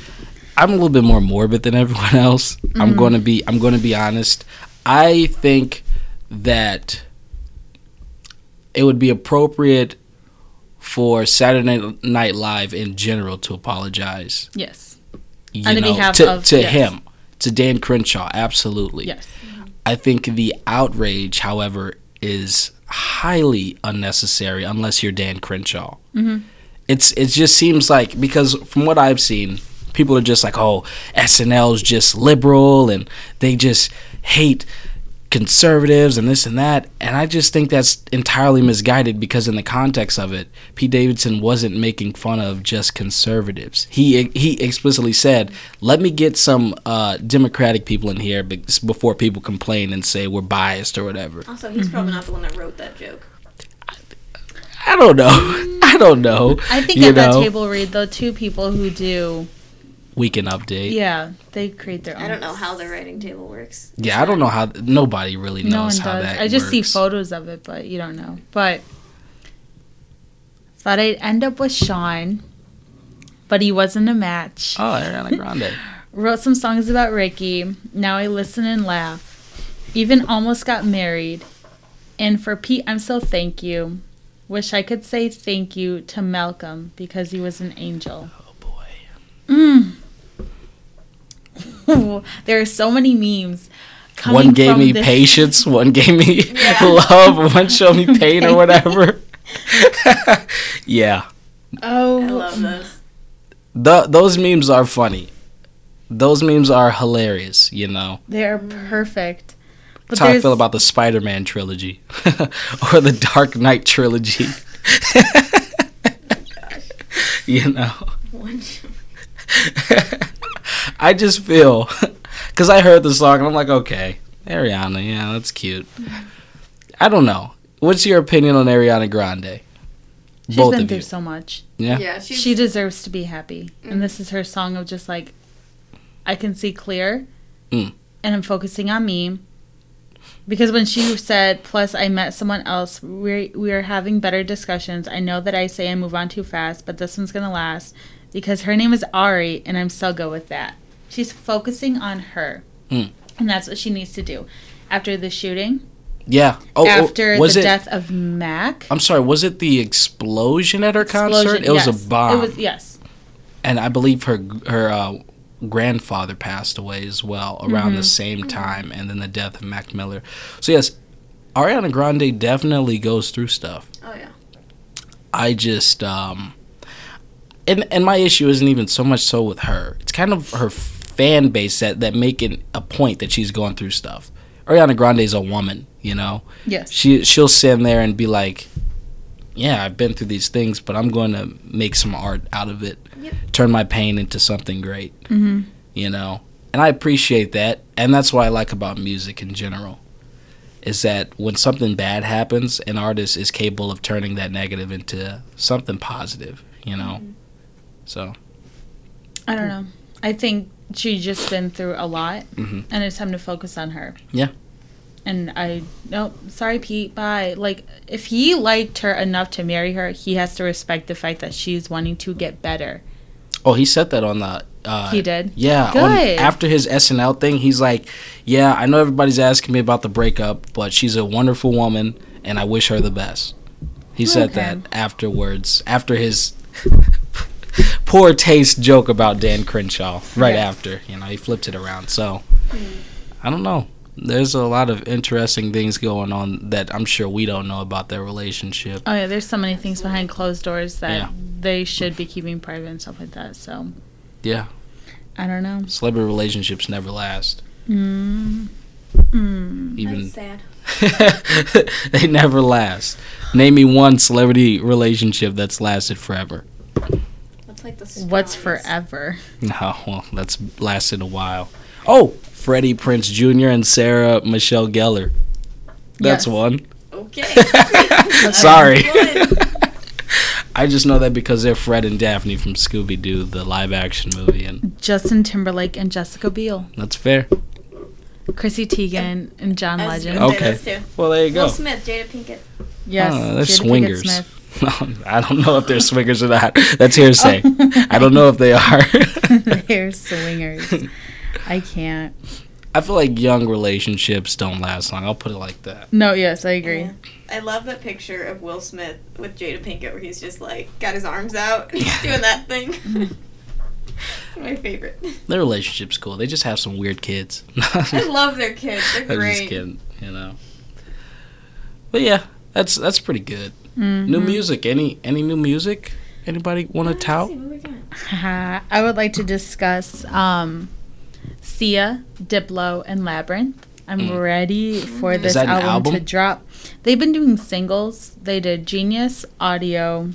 S2: I'm a little bit more morbid than <laughs> everyone else. I'm going to be I'm going to be honest. I think that it would be appropriate for Saturday Night Live in general to apologize.
S1: Yes.
S2: You
S1: On the
S2: know,
S1: behalf
S2: to,
S1: of-
S2: to
S1: yes.
S2: him, to Dan Crenshaw, absolutely.
S1: Yes.
S2: I think the outrage, however, is highly unnecessary unless you're Dan Crenshaw.
S1: Mhm.
S2: It's it just seems like because from what I've seen, people are just like, oh, SNL's just liberal and they just hate conservatives and this and that and I just think that's entirely misguided because in the context of it Pete Davidson wasn't making fun of just conservatives. He he explicitly said, "Let me get some uh, Democratic people in here be- before people complain and say we're biased or whatever."
S3: Also, he's probably not the one that wrote that joke.
S2: I don't know. <laughs> I don't know.
S1: I think
S2: You
S1: at that
S2: know?
S1: table read, though, two people who do,
S2: we can update. Yeah,
S1: yeah, they create their own.
S5: I don't know how the writing table works.
S2: I don't know how. Nobody really knows
S1: No one
S2: how
S1: does.
S2: that.
S1: I just see
S2: works.
S1: photos of it, but you don't know. But thought I'd end up with Sean, but he wasn't a match.
S2: Oh,
S1: <laughs>
S2: Ariana Grande.
S1: Wrote some songs about Ricky. Now I listen and laugh. Even almost got married. And for Pete, I'm so thank you. Wish I could say thank you to Malcolm because he was an angel. <laughs>
S2: oh boy.
S1: there are so many memes. coming
S2: One gave
S1: from
S2: me
S1: this- <laughs>
S2: patience. One gave me <laughs> love. One showed me pain
S1: <laughs>
S2: or whatever. <laughs> yeah.
S1: Oh,
S3: I love those.
S1: <laughs>
S2: Th those memes are funny. Those memes are hilarious, you know.
S1: They're perfect. But
S2: That's how I
S1: there's-
S2: feel about the Spider Man trilogy <laughs> or the Dark Knight trilogy. <laughs> you know. I just feel <laughs> because I heard the song and I'm like, okay, Ariana, yeah, that's cute. I don't know. What's your opinion on Ariana Grande?
S1: She's
S2: Both
S1: been
S2: of
S1: through
S2: you.
S1: so much.
S2: Yeah.
S5: she's
S1: She deserves to be happy. And this is her song of just like, I can see clear
S2: Mm.
S1: and I'm focusing on me. Because when she said, plus I met someone else, we're, we are having better discussions. I know that I say I move on too fast, but this one's going to last because her name is Ari and I'm so good with that. She's focusing on her.
S2: Mm.
S1: And that's what she needs to do. After the shooting,
S2: Yeah. Oh, oh,
S1: after
S2: was
S1: the
S2: it?
S1: death of Mac.
S2: I'm sorry. Was it the explosion at her concert?
S1: explosion,
S2: It was
S1: yes.
S2: a bomb.
S1: It was, yes.
S2: and I believe her her uh, grandfather passed away as well around the same time, and then the death of Mac Miller. So yes, Ariana Grande definitely goes through stuff.
S3: Oh yeah.
S2: I just um, and and my issue isn't even so much so with her. It's kind of her fan base that that make it a point that she's going through stuff. Ariana Grande's a woman, you know
S1: Yes.
S2: she she'll sit there and be like, "Yeah, I've been through these things, but I'm going to make some art out of it.
S3: Yep.
S2: Turn my pain into something great."
S1: Mhm.
S2: You know, and I appreciate that, and that's what I like about music in general, is that when something bad happens, an artist is capable of turning that negative into something positive. You know, so
S1: I don't know. I think she's just been through a lot,
S2: Mhm.
S1: and it's time to focus on her.
S2: Yeah.
S1: And I no, sorry, Pete. Bye. Like, if he liked her enough to marry her, he has to respect the fact that she's wanting to get better.
S2: oh, he said that on the. Uh,
S1: he did.
S2: Yeah, on-
S1: Good.
S2: after his SNL thing, he's like, "Yeah, I know everybody's asking me about the breakup, but she's a wonderful woman, and I wish her the best." He said
S1: Okay.
S2: that afterwards, after his <laughs> poor taste joke about Dan Crenshaw. Right
S1: Yes.
S2: after, you know, he flipped it around. So, I don't know. There's a lot of interesting things going on that I'm sure we don't know about their relationship.
S1: Oh yeah, there's so many things behind closed doors that
S2: Yeah.
S1: they should be keeping private and stuff like that. So
S2: Yeah,
S1: I don't know.
S2: celebrity relationships never last.
S1: Mm. Mm.
S2: Even
S3: That's sad.
S2: <laughs> they never last. Name me one celebrity relationship that's lasted forever.
S3: That's like the
S1: What's
S3: strongest-
S1: forever?
S2: No, well, that's lasted a while. Oh, Freddie Prince Jr. and Sarah Michelle Gellar. That's
S1: Yes.
S2: one. <laughs>
S3: Okay.
S2: Sorry.
S3: Good.
S2: I just know that because they're Fred and Daphne from Scooby Doo, the live action movie, and
S1: Justin Timberlake and Jessica Biel,
S2: that's fair.
S1: Chrissy Teigen and John
S3: I was
S1: Legend.
S3: gonna say
S2: Okay.
S3: those two.
S2: Well, there you go. <laughs>
S3: Will Smith, Jada Pinkett.
S1: Yes,
S2: Oh, they're
S1: Jada Pinkett
S2: swingers.
S1: Smith.
S2: I don't know if they're swingers or not.
S1: <laughs>
S2: That's hearsay. I don't know if they are.
S1: Oh. they're swingers. I can't.
S2: I feel like young relationships don't last long. I'll put it like that.
S1: No, yes, I agree.
S3: I love that picture of Will Smith with Jada Pinkett where he's just like got his arms out <laughs> and he's doing that thing. <laughs> My favorite.
S2: Their relationship's cool. They just have some weird kids. <laughs>
S3: I love their kids. They're
S2: I'm just
S3: great.
S2: kidding, you know. But yeah, that's that's pretty good.
S1: Mhm.
S2: New music. Any any new music? Anybody want to tout?
S1: Uh, I would like to discuss um, Sia, Diplo, and Labyrinth. I'm
S2: Mm.
S1: ready for this
S2: that an
S1: album, to
S2: album?
S1: drop. They've been doing singles. They did Genius, Audio.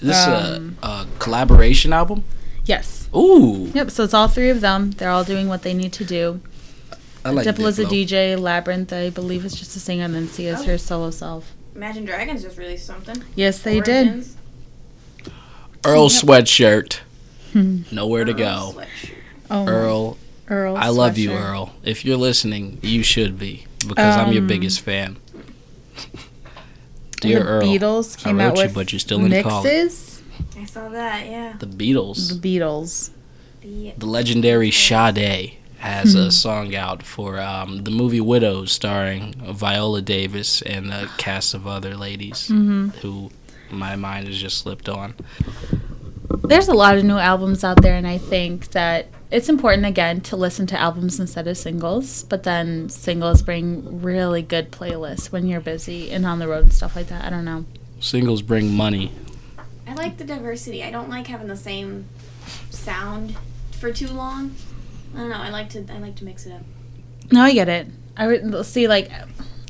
S2: Is this uh,
S1: Um,
S2: a, a collaboration album?
S1: Yes.
S2: Ooh,
S1: Yep. So it's all three of them. They're all doing what they need to do.
S2: I like
S1: Diplo's
S2: Diplo.
S1: a DJ. Labyrinth, I believe, is just a singer, and then Sia's
S3: Oh.
S1: her solo self.
S3: Imagine Dragons just released something.
S1: Yes, they
S3: Origins.
S2: Earl sweatshirt.
S1: Hmm.
S2: Nowhere to
S3: Earl
S2: go.
S3: Sweatshirt.
S1: did. Oh,
S2: Earl,
S1: Earl.
S2: I love you,
S1: Sweatshirt.
S2: Earl. If you're listening, you should be because I'm your
S1: Um,
S2: biggest fan. <laughs>
S1: The
S2: Dear Earl,
S1: Beatles
S2: I
S1: came out
S2: wrote you,
S1: with
S2: but you still in college.
S1: mixes.
S3: I saw that, yeah.
S2: The Beatles.
S1: The Beatles.
S3: The
S2: the legendary Sade has
S1: Hmm.
S2: a song out for um, the movie Widows, starring Viola Davis and a cast of other ladies
S1: Mm-hmm.
S2: who my mind has just slipped on.
S1: There's a lot of new albums out there, and I think that it's important again to listen to albums instead of singles. But then singles bring really good playlists when you're busy and on the road and stuff like that. I don't know.
S2: Singles bring money.
S3: I like the diversity. I don't like having the same sound for too long. I don't know. I like to I like to mix it up.
S1: No, I get it. I would see like,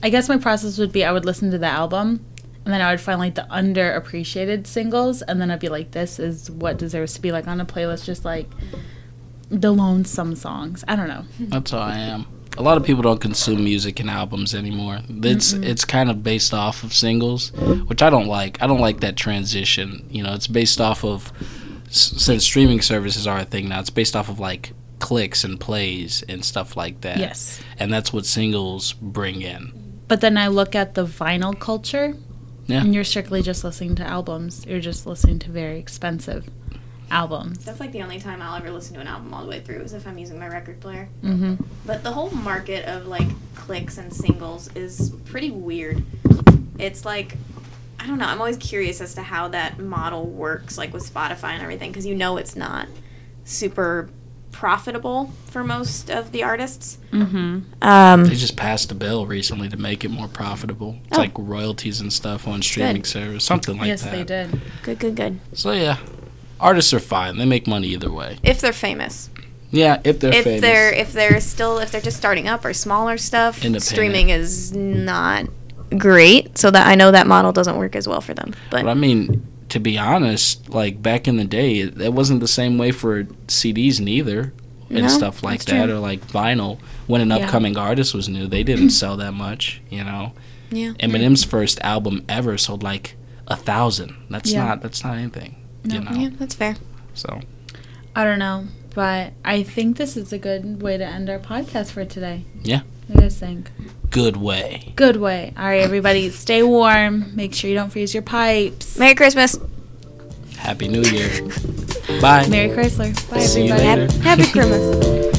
S1: I guess my process would be I would listen to the album, and then I would find like the underappreciated singles, and then I'd be like, this is what deserves to be like on a playlist, just like the lonesome songs. I don't know.
S2: That's how I am. A lot of people don't consume music and albums anymore. It's it's kind of based off of singles, which I don't like. I don't like that transition. You know, it's based off of s- since streaming services are a thing now. It's based off of like clicks and plays and stuff like that.
S1: Yes.
S2: and that's what singles bring in.
S1: But then I look at the vinyl culture,
S2: Yeah.
S1: and you're strictly just listening to albums. You're just listening to very expensive albums.
S3: That's like the only time I'll ever listen to an album all the way through is if I'm using my record player.
S1: hmm
S3: But the whole market of like clicks and singles is pretty weird. It's like I don't know. I'm always curious as to how that model works, like with Spotify and everything, because you know it's not super profitable for most of the artists.
S1: hmm
S5: Um,
S2: They just passed a bill recently to make it more profitable. It's
S5: Oh.
S2: like royalties and stuff on streaming service, something like
S1: yes,
S2: that.
S1: they did.
S5: good, good, good.
S2: So yeah, artists are fine. They make money either way.
S3: If they're famous,
S2: Yeah, if they're
S3: if
S2: famous.
S3: they're if they're still if they're just starting up or smaller stuff,
S2: Independent.
S5: Streaming is not great, so that I know that model doesn't work as well for them. But
S2: But I mean, to be honest, like back in the day, it, it wasn't the same way for CDs neither and
S5: No,
S2: stuff like
S5: that's
S2: that,
S5: true.
S2: or like vinyl. When an
S1: Yeah.
S2: upcoming artist was new, they didn't sell that much, you know.
S5: Yeah.
S2: Eminem's first album ever sold like a thousand. That's
S1: Yeah.
S2: not that's not anything, you
S1: No.
S2: know.
S5: yeah, that's fair.
S2: So
S1: I don't know, but I think this is a good way to end our podcast for today.
S2: Yeah.
S1: What do you guys think?
S2: good way.
S1: Good way. All right, everybody, stay warm. Make sure you don't freeze your pipes.
S5: Merry Christmas.
S2: Happy New Year. Bye.
S3: <laughs>
S1: Merry Chrysler. Bye,
S2: See you
S1: everybody.
S2: later.
S5: Happy Christmas.